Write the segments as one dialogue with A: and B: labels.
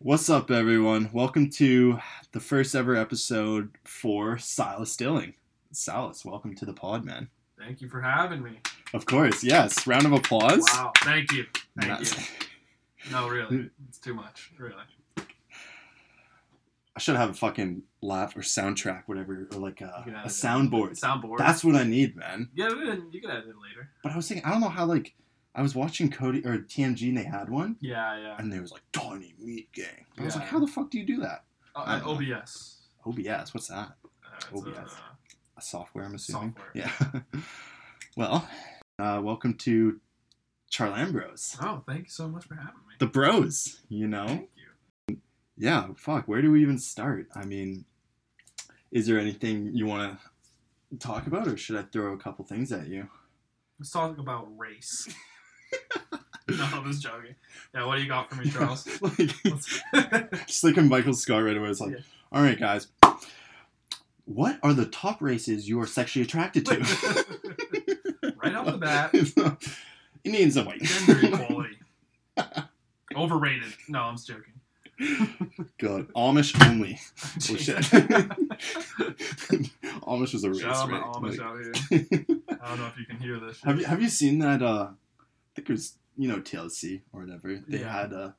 A: What's up, everyone? Welcome to the first ever episode for Silas Dilling. Silas, welcome to the pod, man.
B: Thank you for having me.
A: Of course, yes. Round of applause.
B: Wow. Thank you. Thank
A: Nice.
B: you. No,
A: Hmm.
B: really. It's too much. Really.
A: I should have a fucking laugh or soundtrack, whatever, or like a,
B: You can
A: a
B: add it.
A: soundboard.
B: Soundboard.
A: That's what I need, man.
B: yeah, then you can add it in later.
A: But I was thinking, I don't know how, like, I was watching Cody or TMG and they had one,
B: Yeah, yeah.
A: and there was like Tawny Meat Gang. I was
B: Yeah.
A: like, how the fuck do you do that?
B: Oh,
A: I
B: and
A: don't
B: OBS.
A: OBS, what's that?
B: Uh, it's
A: OBS.
B: a-
A: a software, I'm assuming.
B: Software.
A: Yeah. well, uh, welcome to Charlambros.
B: oh, thank you so much for having me.
A: The bros, you know?
B: Thank you.
A: Yeah, fuck, where do we even start? I mean, is there anything you want to talk about, or should I throw a couple things at you?
B: Let's talk about race. no, I was joking. Yeah, what do you got for me, Charles?
A: like,
B: Let's-
A: just like a Michael Scott right away. It's like,
B: Yeah.
A: all right, guys, what are the top races you are sexually attracted to?
B: right off the bat,
A: Indians and whites.
B: gender equality. Overrated. No, I'm just joking.
A: Good. Amish only. Oh, shit. Amish was a race,
B: Shout out my
A: right?
B: Amish
A: Like,
B: out here. I don't know if you can hear this. shit.
A: have you have you seen that? Uh, I think it was you know TLC or whatever. They
B: Yeah.
A: had a,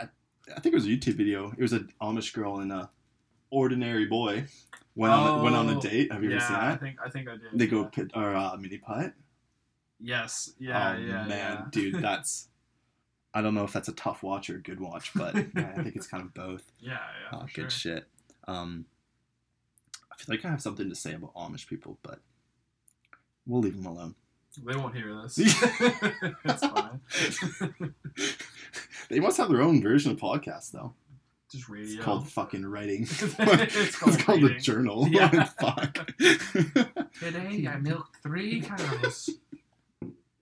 A: I, I think it was a YouTube video. It was an Amish girl and a ordinary boy went on went on a
B: Oh,
A: date. Have you
B: yeah,
A: ever seen
B: I
A: that?
B: think I think I did.
A: They go
B: yeah.
A: pit or uh, mini putt.
B: Yes. Yeah.
A: Oh,
B: yeah.
A: Man,
B: yeah.
A: dude, that's. I don't know if that's a tough watch or a good watch, but yeah, I think it's kind of both.
B: Yeah. Yeah.
A: Oh,
B: for
A: good
B: sure.
A: shit. Um, I feel like I have something to say about Amish people, but we'll leave them alone.
B: They won't hear this. it's fine.
A: They must have their own version of podcast, though.
B: Just
A: It's
B: radio.
A: called fucking writing.
B: it's called,
A: It's called, the
B: reading.
A: journal.
B: Yeah.
A: Fuck.
B: Today I milked three cows.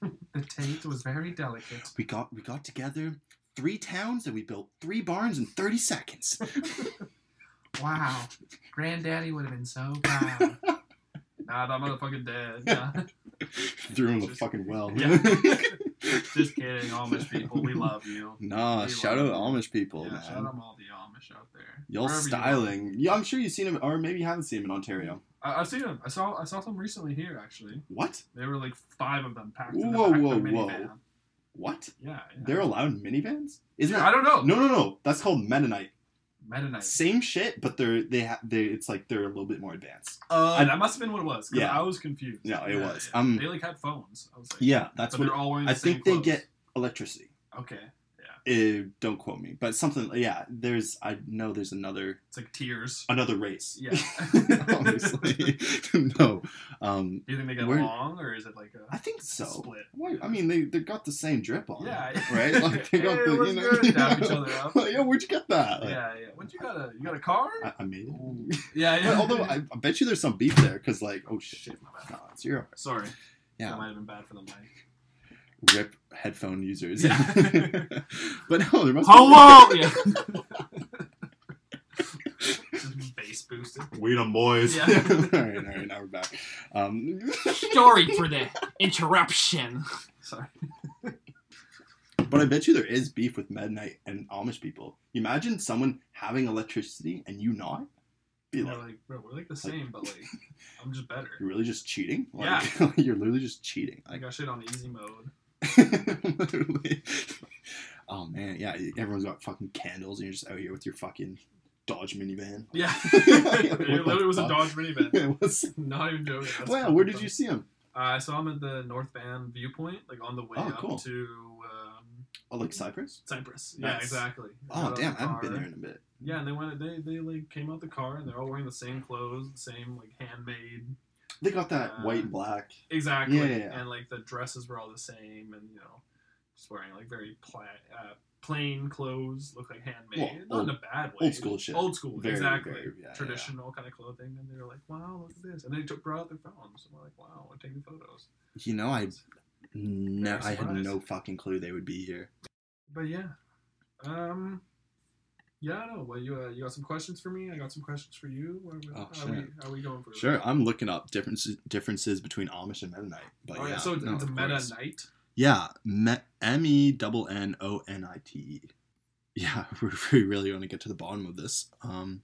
B: the taste was very delicate.
A: we got we got together three towns and we built three barns in thirty seconds.
B: Wow. Granddaddy would have been so proud. nah, that motherfucking dead. Nah.
A: Threw him in the fucking well.
B: Yeah. Just kidding, Amish people. We love you.
A: nah,
B: We
A: shout out
B: love you.
A: Amish people,
B: Yeah,
A: man.
B: shout out all the Amish out there.
A: Y'all
B: Wherever you are.
A: styling. yeah, I'm sure you've seen him, or maybe you haven't seen him in Ontario.
B: I, I've seen them. I saw I saw some recently here actually.
A: What?
B: There were like five of them packed in the
A: Whoa,
B: back
A: whoa,
B: of a
A: whoa.
B: minivan.
A: What?
B: Yeah, yeah.
A: They're allowed in minivans? Isn't
B: I
A: that?
B: don't know.
A: No, no, no. That's called Mennonite.
B: Mennonite.
A: Same shit, but they're they ha- they. It's like they're a little bit more advanced.
B: Uh, that must have been what it was. 'cause
A: Yeah.
B: I was confused.
A: Yeah, it was.
B: yeah.
A: Um,
B: they like had phones. I was like,
A: Yeah, that's
B: but
A: what
B: they're all wearing. The
A: I
B: same
A: think they
B: clothes.
A: get electricity.
B: Okay,
A: Eh, don't quote me, but something. Yeah, there's. I know there's another
B: it's like tears.
A: another race.
B: Yeah.
A: Obviously, no. Um,
B: Do you think they get
A: Where-
B: along or is it like a
A: I think so.
B: split?
A: Why- I mean, they they got the same drip on.
B: Yeah.
A: Right. Like they got
B: Hey,
A: the
B: what's
A: you know.
B: good? Dap each other up.
A: Like, Yo, where'd you get that? Like,
B: Yeah, yeah. What you got a you got a car?
A: I, I made it.
B: Ooh. yeah,
A: But
B: yeah.
A: although I, I bet you there's some beef there, cause like, oh shit,
B: shit, my bad.
A: nah, it's your
B: Sorry,
A: yeah.
B: that might have been bad for the mic.
A: rip headphone users.
B: Yeah.
A: but no, there must
B: Hello. yeah.
A: Mm-hmm.
B: Just bass boosted.
A: be. Wait on boys.
B: Yeah.
A: all right, all right, now we're back. Um,
B: Sorry for the interruption. Sorry.
A: but I bet you there is beef with Midnight and Amish people. You imagine someone having electricity and you not? Be
B: We're
A: like,
B: like, bro, we're like the same, but like, I'm just better.
A: you're really just cheating? Like, you're literally just cheating.
B: I
A: Like,
B: got shit on easy mode.
A: literally. Oh man, yeah, everyone's got fucking candles and you're just out here with your fucking Dodge minivan.
B: Yeah.
A: What
B: it
A: the
B: literally was a
A: fuck?
B: Dodge minivan.
A: It was-
B: Not even joking. That's
A: wow,
B: fucking
A: where did
B: funny.
A: you see him?
B: Uh, I saw him at the North Van viewpoint, like on the way
A: Oh,
B: up
A: cool.
B: to um,
A: Oh, like Cyprus?
B: Cyprus. Yeah,
A: Nice.
B: exactly. They got
A: Oh,
B: out
A: damn,
B: the
A: I haven't been
B: car.
A: there in a bit.
B: Yeah, and they went. They they like came out the car, and they're all wearing the same clothes, the same like handmade
A: They got that
B: Uh,
A: white and black.
B: Exactly.
A: Yeah, yeah, yeah.
B: And like the dresses were all the same, and you know, just wearing like very pla- uh, plain clothes, look like handmade,
A: Well,
B: not in a bad way.
A: old school shit.
B: Old school,
A: Very,
B: exactly.
A: very- yeah, yeah.
B: Traditional kind of clothing, and they were like, "Wow, look at this!" And they took brought out their phones, and we're like, "Wow, we're taking photos."
A: You know, Oh, I no, I had
B: surprised.
A: no fucking clue they would be here.
B: But yeah, um, yeah, I know. Well, you uh, you got some questions for me? I got some questions for you. Where,
A: Oh,
B: are,
A: shit.
B: we, are we going for this?
A: Sure, I'm looking up differences differences between Amish and Mennonite. But
B: Oh,
A: yeah,
B: yeah, so it's,
A: no,
B: it's a
A: of
B: meta
A: course.
B: night.
A: Yeah, M E double N O N I T E. yeah, we we really want to get to the bottom of this. Um,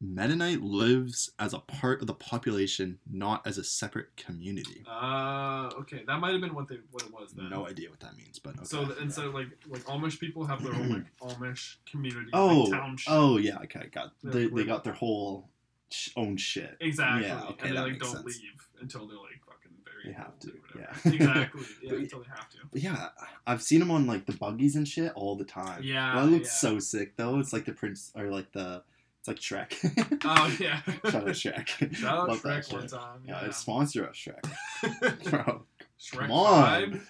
A: Mennonite lives as a part of the population, not as a separate community.
B: Uh, okay, that might have been what they what it was then.
A: No idea what that means, but okay.
B: So th- and so like like Amish people have their own like Amish community,
A: oh,
B: like township.
A: oh yeah, okay, got
B: Yeah,
A: they, they
B: we're-
A: got their whole sh- own shit.
B: Exactly.
A: Yeah, okay,
B: and they
A: that
B: like
A: makes
B: don't
A: sense.
B: leave until they're like fucking very
A: They have
B: old
A: to,
B: or whatever.
A: yeah.
B: exactly. Yeah,
A: But-
B: until they have to.
A: But yeah, I've seen them on like the buggies and shit all the time.
B: Yeah,
A: that looks
B: yeah.
A: so sick though. It's like the prince or like the it's like Shrek.
B: Oh yeah.
A: Shout out Shrek.
B: Shout out
A: Love that
B: Shrek one
A: shit.
B: time.
A: Yeah,
B: Yeah.
A: it's sponsor us, Shrek. Bro,
B: Shrek
A: come on,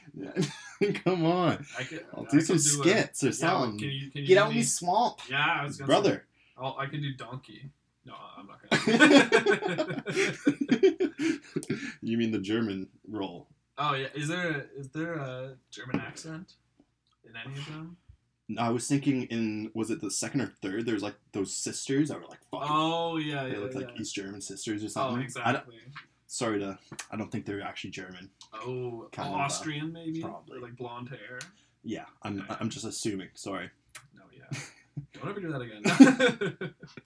B: vibe.
A: come on.
B: I could,
A: I'll
B: I
A: do
B: could
A: some
B: do a-
A: skits or
B: yeah,
A: something.
B: can you, can you
A: Get
B: do
A: out of me
B: these-
A: swamp,
B: Yeah, I was gonna say-
A: brother.
B: I'll, I can do donkey. No, I'm not gonna.
A: you mean the German role?
B: oh yeah, is there a, is there a German accent in any of them?
A: I was thinking in was it the second or third? There's like those sisters that were like fucking
B: Oh yeah,
A: They
B: yeah,
A: look
B: yeah.
A: like East German sisters or
B: oh
A: something. I don't,
B: exactly.
A: sorry to, I don't think they're actually German.
B: Oh,
A: Kind of, uh,
B: Austrian maybe. Or,
A: probably.
B: like blonde hair.
A: Yeah, I'm, I'm just assuming. Sorry.
B: No, yeah. Don't ever do that again.
A: I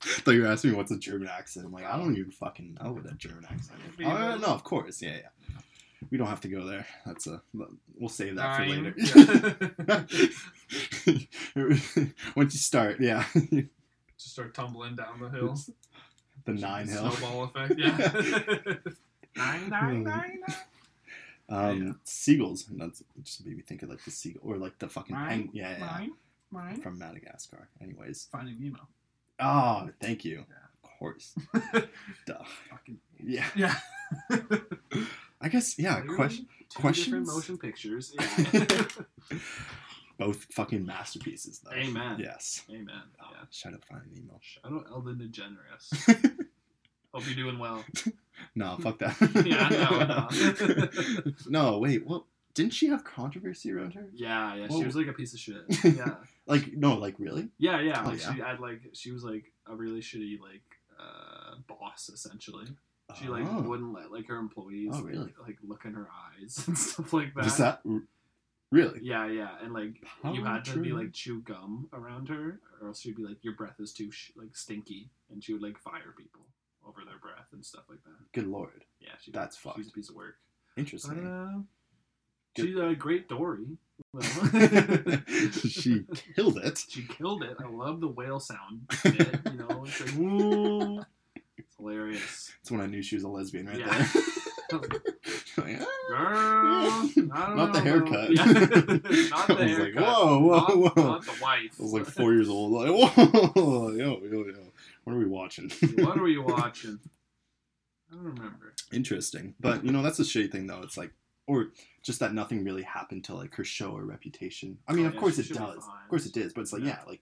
A: thought you were asking me what's a German accent. I'm like, I
B: Oh.
A: don't even fucking know what a German accent is. Oh, no, of course. Yeah, yeah. We don't have to go there. That's a, we'll save that for
B: Dying.
A: later.
B: Yeah.
A: Once you start, yeah. the
B: Just start tumbling down the hill.
A: nine hill.
B: Snowball effect. Yeah. nine, nine, nine, nine.
A: Um,
B: Yeah.
A: Seagulls. And that's it just made me think of like the seagull or like the fucking
B: Mine?
A: penguin. Yeah, yeah,
B: Mine,
A: yeah.
B: mine.
A: From Madagascar. Anyways.
B: Finding Nemo.
A: Oh, thank you.
B: Yeah.
A: Of course. Duh.
B: Fucking.
A: Yeah.
B: Yeah.
A: I guess yeah.
B: Clearly,
A: Question.
B: two
A: questions?
B: Different motion pictures. Yeah.
A: Both fucking masterpieces though.
B: Amen.
A: Yes.
B: Amen.
A: Oh,
B: Yeah.
A: Shout out Finding Nemo.
B: Shout out Elden DeGeneres. Hope you're doing well.
A: No, fuck that.
B: Yeah, no,
A: no, wait. What? Didn't she have controversy around her?
B: Yeah, yeah.
A: Whoa.
B: She was like a piece of shit. Yeah.
A: Like no, like really?
B: Yeah, yeah.
A: Oh,
B: Like
A: yeah.
B: she had like she was like a really shitty like uh boss essentially. She like
A: Oh.
B: wouldn't let like her employees
A: Oh, really?
B: like look in her eyes and stuff like that.
A: Was that r- really?
B: Yeah, yeah. And like you had to be
A: Power
B: like chew gum around her or else she'd be like your breath is too sh- like stinky and she would like fire people over their breath and stuff like that.
A: Good lord,
B: Yeah, she
A: That's
B: she was a
A: fucked.
B: piece of work. But,
A: interesting.
B: uh,
A: Good.
B: she's a great Dory.
A: she killed it.
B: She killed it. I love the whale sound. Bit, you know, it's like woo. It's hilarious.
A: That's when I knew she was a lesbian right
B: Yeah.
A: there. Like, ah.
B: Girl, I don't
A: Not the
B: know about-
A: haircut.
B: Yeah. not the
A: I was
B: haircut.
A: like, whoa, whoa,
B: not,
A: whoa.
B: Not the wife.
A: I was like four years old. Like, whoa, yo, yo, yo. What are we watching?
B: what are you watching? I don't remember.
A: Interesting. But, you know, that's the shitty thing, though. It's like, or just that nothing really happened to, like, her show or reputation. I mean,
B: Oh,
A: of
B: yeah,
A: course
B: she
A: it
B: should be
A: does. Of
B: fine.
A: course it is. But it's like, yeah,
B: Yeah.
A: like,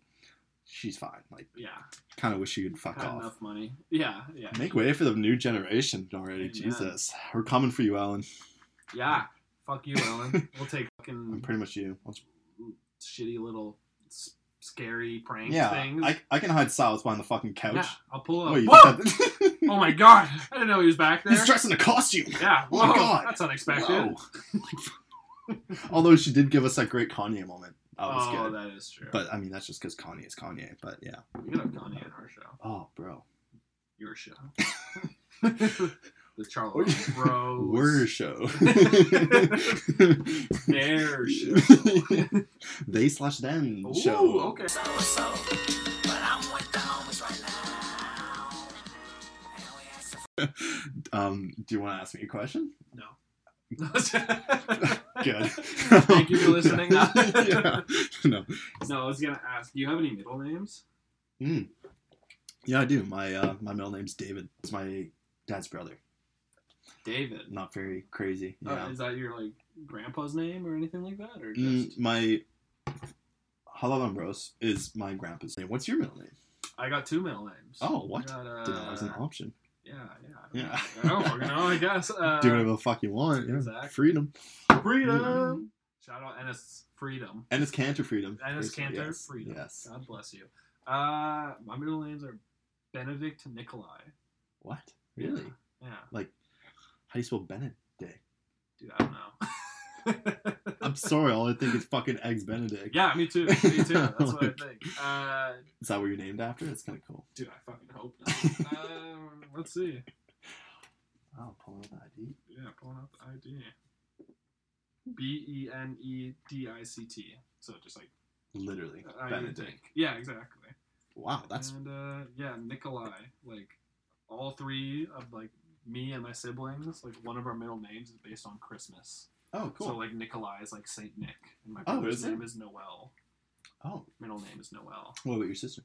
A: she's fine. Like,
B: Yeah,
A: kind of wish she could fuck
B: had
A: off.
B: enough money. Yeah, yeah,
A: Make way for the new generation already.
B: Amen.
A: Jesus. We're coming for you, Alan.
B: yeah. Fuck you, Ellen. We'll take
A: I'm
B: fucking
A: pretty much you. I'll-
B: shitty little s- scary prank
A: yeah.
B: things.
A: I, I can hide Silas behind the fucking couch.
B: yeah, I'll pull up.
A: Wait, you
B: Whoa!
A: said-
B: Oh my god! I didn't know he was back there.
A: He's dressed in a costume.
B: Yeah.
A: Oh my
B: whoa,
A: God.
B: That's unexpected.
A: Whoa. Although she did give us that great Kanye moment. That was
B: oh,
A: good.
B: that is true.
A: But I mean, that's just because Kanye is Kanye. But yeah.
B: we could have Kanye on our show,
A: Oh, bro.
B: your show, the Charles Bros,
A: Word show.
B: their show.
A: they slash them
B: Ooh,
A: show.
B: okay.
A: Um, do you want to ask me a question?
B: No.
A: Good.
B: Thank you for listening.
A: yeah. No.
B: no, I was gonna ask. Do you have any middle names?
A: Yeah, I do. My uh, my middle name's David. It's my dad's brother.
B: David.
A: Not very crazy.
B: Uh,
A: Yeah.
B: is that your like grandpa's name or anything like that, or just?
A: Mm, my Halal Ambrose is my grandpa's name. What's your middle name?
B: I got two middle names.
A: Oh,
B: I
A: what?
B: got, uh,
A: Did not know that was an option.
B: Yeah, yeah.
A: Yeah.
B: I don't fucking know. I guess. Uh,
A: Do whatever the fuck you want. Yeah.
B: exactly.
A: Freedom. Mm-hmm.
B: Freedom. Shout out Ennis Freedom.
A: And it's Cantor Freedom.
B: And it's
A: Personally,
B: Cantor
A: yes.
B: Freedom.
A: Yes.
B: God bless you. Uh, my middle names are Benedict Nikolai.
A: What? Really?
B: Yeah,
A: Like, how do you spell Benedict?
B: dude, I don't know.
A: I I'm sorry, all I think is fucking eggs Benedict.
B: Yeah, me too. Me too. That's what I think. Uh,
A: Is that what you're named after? It's kind of cool.
B: dude, I fucking hope not. Um, let's see.
A: Oh, pulling up the ID.
B: Yeah, pulling up the ID. B E N E D I C T. So just like
A: Literally,
B: I
A: Benedict.
B: Yeah, exactly.
A: Wow, that's
B: and uh, yeah, Nikolai. Like all three of like me and my siblings. Like one of our middle names is based on Christmas.
A: oh cool.
B: So like Nikolai is like Saint Nick, and my
A: Oh,
B: brother's
A: is it?
B: name is Noel.
A: oh,
B: Middle name is Noel.
A: what about your sister?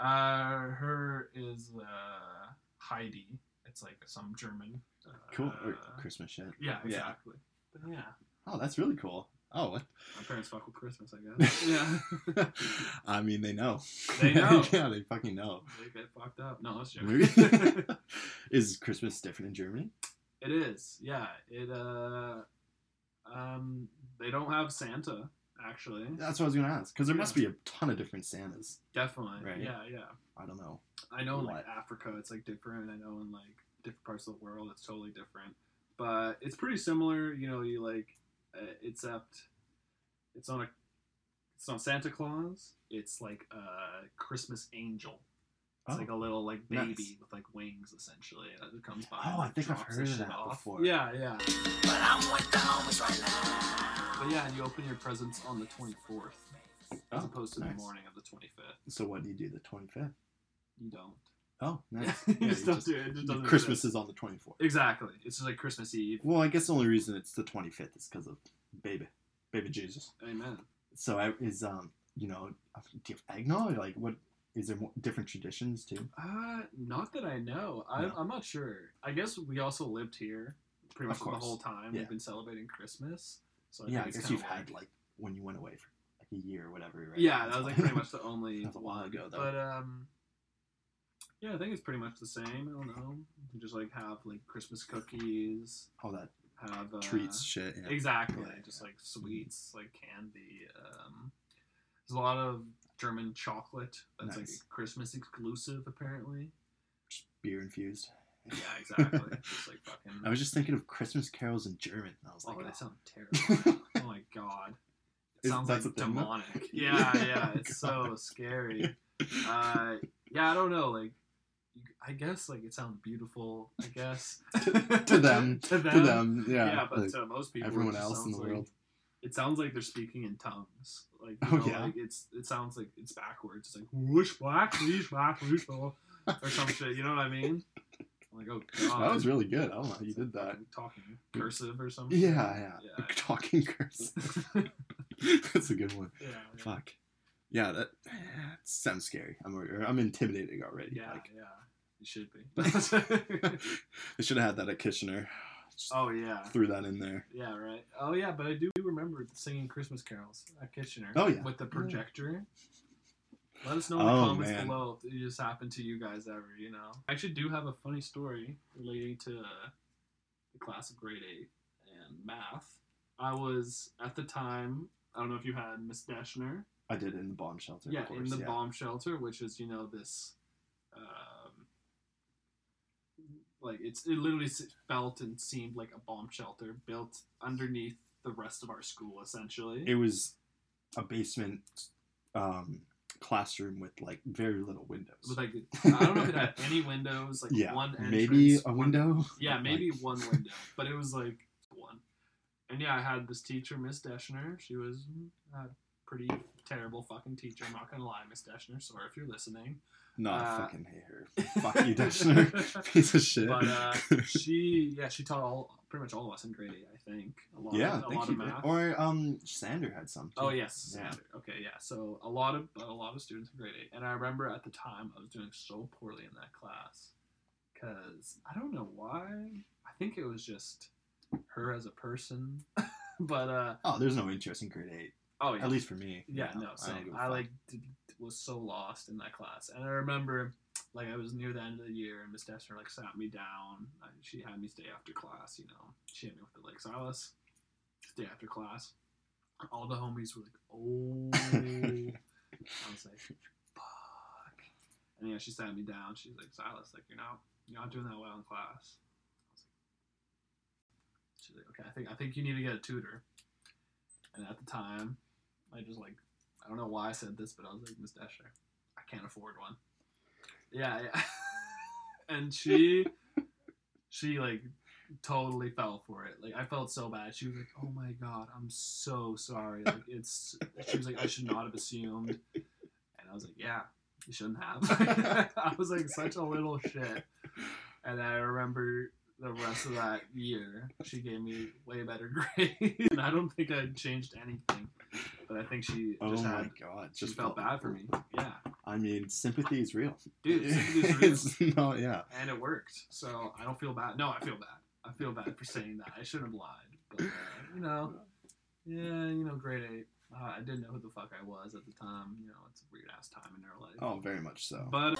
B: Uh, her is uh, Heidi. It's like some German. Uh,
A: Cool or Christmas shit.
B: Yeah,
A: Yeah.
B: exactly. But yeah,
A: Oh, that's really cool. Oh, what?
B: my parents fuck with Christmas, I guess. yeah,
A: I mean, they know.
B: They know.
A: yeah, they fucking know.
B: they get fucked up. No, that's joking.
A: Maybe- is Christmas different in Germany?
B: it is. Yeah, it. Uh, um, they don't have Santa actually.
A: That's what I was gonna ask. Because there must be a ton of different Santas.
B: Definitely.
A: Right.
B: Yeah, yeah.
A: I don't know.
B: I know in like
A: What?
B: Africa it's like different. I know in like different parts of the world it's totally different, but it's pretty similar. You know, you like uh, except it's not a it's not Santa Claus. It's like a Christmas angel. It's
A: Oh.
B: like a little like baby
A: Nice.
B: with like wings essentially that comes by.
A: Oh,
B: and,
A: I
B: like,
A: think I've
B: drops
A: heard
B: the
A: of
B: shit
A: that
B: off.
A: before.
B: Yeah, yeah. But yeah, and you open your presents on the 24th as
A: Oh,
B: opposed to
A: nice.
B: the morning of the 25th.
A: so what do you do the 25th?
B: You don't.
A: Oh, nice.
B: you
A: Yeah,
B: just
A: you
B: don't
A: just-
B: do it. It just doesn't
A: Christmas
B: exist.
A: is on the 24th.
B: Exactly. It's just like Christmas Eve.
A: Well, I guess the only reason it's the 25th is because of baby, baby Jesus.
B: Amen.
A: So I, is um, you know, do you have eggnog? Like, what is there more, different traditions too?
B: Uh, not that I know. I,
A: No.
B: I'm not sure. I guess we also lived here pretty much
A: Of
B: the
A: course.
B: whole time.
A: Yeah.
B: We've been celebrating Christmas. So
A: yeah, I
B: think it's
A: guess
B: kinda
A: you've had like when you went away for like a year or whatever. Right?
B: Yeah,
A: That's
B: that was like
A: why.
B: pretty much the only
A: That was a while ago, though.
B: But um, yeah, I think it's pretty much the same. I don't know. You just like have like Christmas cookies.
A: all that
B: Have uh,
A: treats shit. Yeah.
B: Exactly.
A: Yeah,
B: Just like sweets, like candy. Um, there's a lot of German chocolate
A: Nice.
B: that's like Christmas exclusive, apparently.
A: Just beer infused.
B: Yeah, exactly. just like fucking.
A: I was just thinking of Christmas carols in German. and I was
B: Mm-hmm. oh,
A: like,
B: that
A: oh,
B: sounds terrible. oh my god. It
A: Is-
B: sounds
A: that's
B: like
A: a thing, though?
B: demonic. Yeah,
A: Yeah, Oh
B: yeah. It's so scary. Uh, yeah, I don't know. Like, you- I guess like it sounds beautiful. I guess
A: to them,
B: to Uh, them,
A: to them, yeah,
B: Yeah, but
A: like,
B: to most people, it
A: everyone
B: just
A: else in
B: sounds
A: the
B: like-
A: world.
B: it sounds like they're speaking in tongues. Like, you
A: Oh,
B: know,
A: yeah?
B: like it's it sounds like it's backwards. It's like whoosh black, whoosh black, whoosh blah," or some shit. You know what I mean? I'm like, oh god,
A: that was really good. I don't know how you did that.
B: Fucking talking cursive or something.
A: Yeah, yeah.
B: Yeah.
A: Talking curse.
B: yeah,
A: That's a good one.
B: yeah.
A: Fuck. Yeah, that, that sounds scary. I'm alre- I'm intimidating already.
B: yeah,
A: Like,
B: yeah. It should be.
A: I should have had that at Kitchener. Just
B: oh yeah.
A: threw that in there.
B: Yeah, right. Oh yeah, but I do remember singing Christmas carols at Kitchener.
A: Oh, yeah.
B: With the projector. Let us know in the
A: Oh,
B: comments
A: man.
B: below if it just happened to you guys ever, you know. I actually do have a funny story relating to uh, the class of grade eight and math. I was at the time I don't know if you had Miss Deschner.
A: I did it in the bomb shelter.
B: Yeah,
A: of course.
B: in the
A: yeah.
B: bomb shelter, which is you know this, um, like it's it literally s- felt and seemed like a bomb shelter built underneath the rest of our school, essentially.
A: It was a basement um, classroom with like very little windows.
B: With like I don't know if it had any windows, like
A: yeah,
B: one entrance,
A: maybe a
B: one-
A: window.
B: yeah,
A: Like,
B: maybe one window, but it was like one. And yeah, I had this teacher, Miss Deschner. She was mm, a pretty terrible fucking teacher. I'm not gonna lie, Miss Deschner. Sorry if you're listening.
A: no, I
B: uh,
A: fucking hate her. Fuck you, Deschner. Piece of shit.
B: but uh, she yeah she taught all pretty much all of us in grade eight I think a lot
A: yeah,
B: of, a
A: thank
B: lot
A: you.
B: of math
A: Or um, Sander had some.
B: oh
A: too.
B: yes
A: Yeah.
B: Sander. okay yeah so a lot of a lot of students in grade eight and I remember at the time I was doing so poorly in that class because I don't know why I think it was just her as a person but uh
A: Oh, there's no interest in grade eight.
B: oh yeah
A: At least for me.
B: yeah,
A: You know,
B: no. So
A: don't give a
B: I,
A: fuck.
B: like d- d- was so lost in that class, and I remember like I was near the end of the year, and Miss Dessner like sat me down. I, she had me stay after class. You know, she had me with the Lake Silas. Stay after class. All the homies were like, "Oh," I was like, "Fuck." And yeah, she sat me down. She's like, "Silas, like you're not you're not doing that well in class." I was like, She's like, "Okay, I think I think you need to get a tutor." And at the time, I just like, I don't know why I said this, but I was like, Miss Dasher, I can't afford one. Yeah, yeah. and she, she like totally fell for it. Like I felt so bad. She was like, "Oh my god, I'm so sorry." Like it's she was like, "I should not have assumed." And I was like, "Yeah, you shouldn't have." I was like such a little shit. And I remember the rest of that year, she gave me way better grades. and I don't think I changed anything. But I think she
A: Oh
B: just
A: my
B: had
A: god!
B: she
A: Just
B: felt bad for me. Yeah.
A: I mean, sympathy is real,
B: Dude, sympathy's real.
A: It's- no, yeah.
B: and it worked. So I don't feel bad. No, I feel bad. I feel bad for saying that. I shouldn't have lied. But uh, you know, yeah, you know, grade eight. Uh, I didn't know who the fuck I was at the time. You know, it's a weird ass time in our life.
A: Oh, very much so.
B: But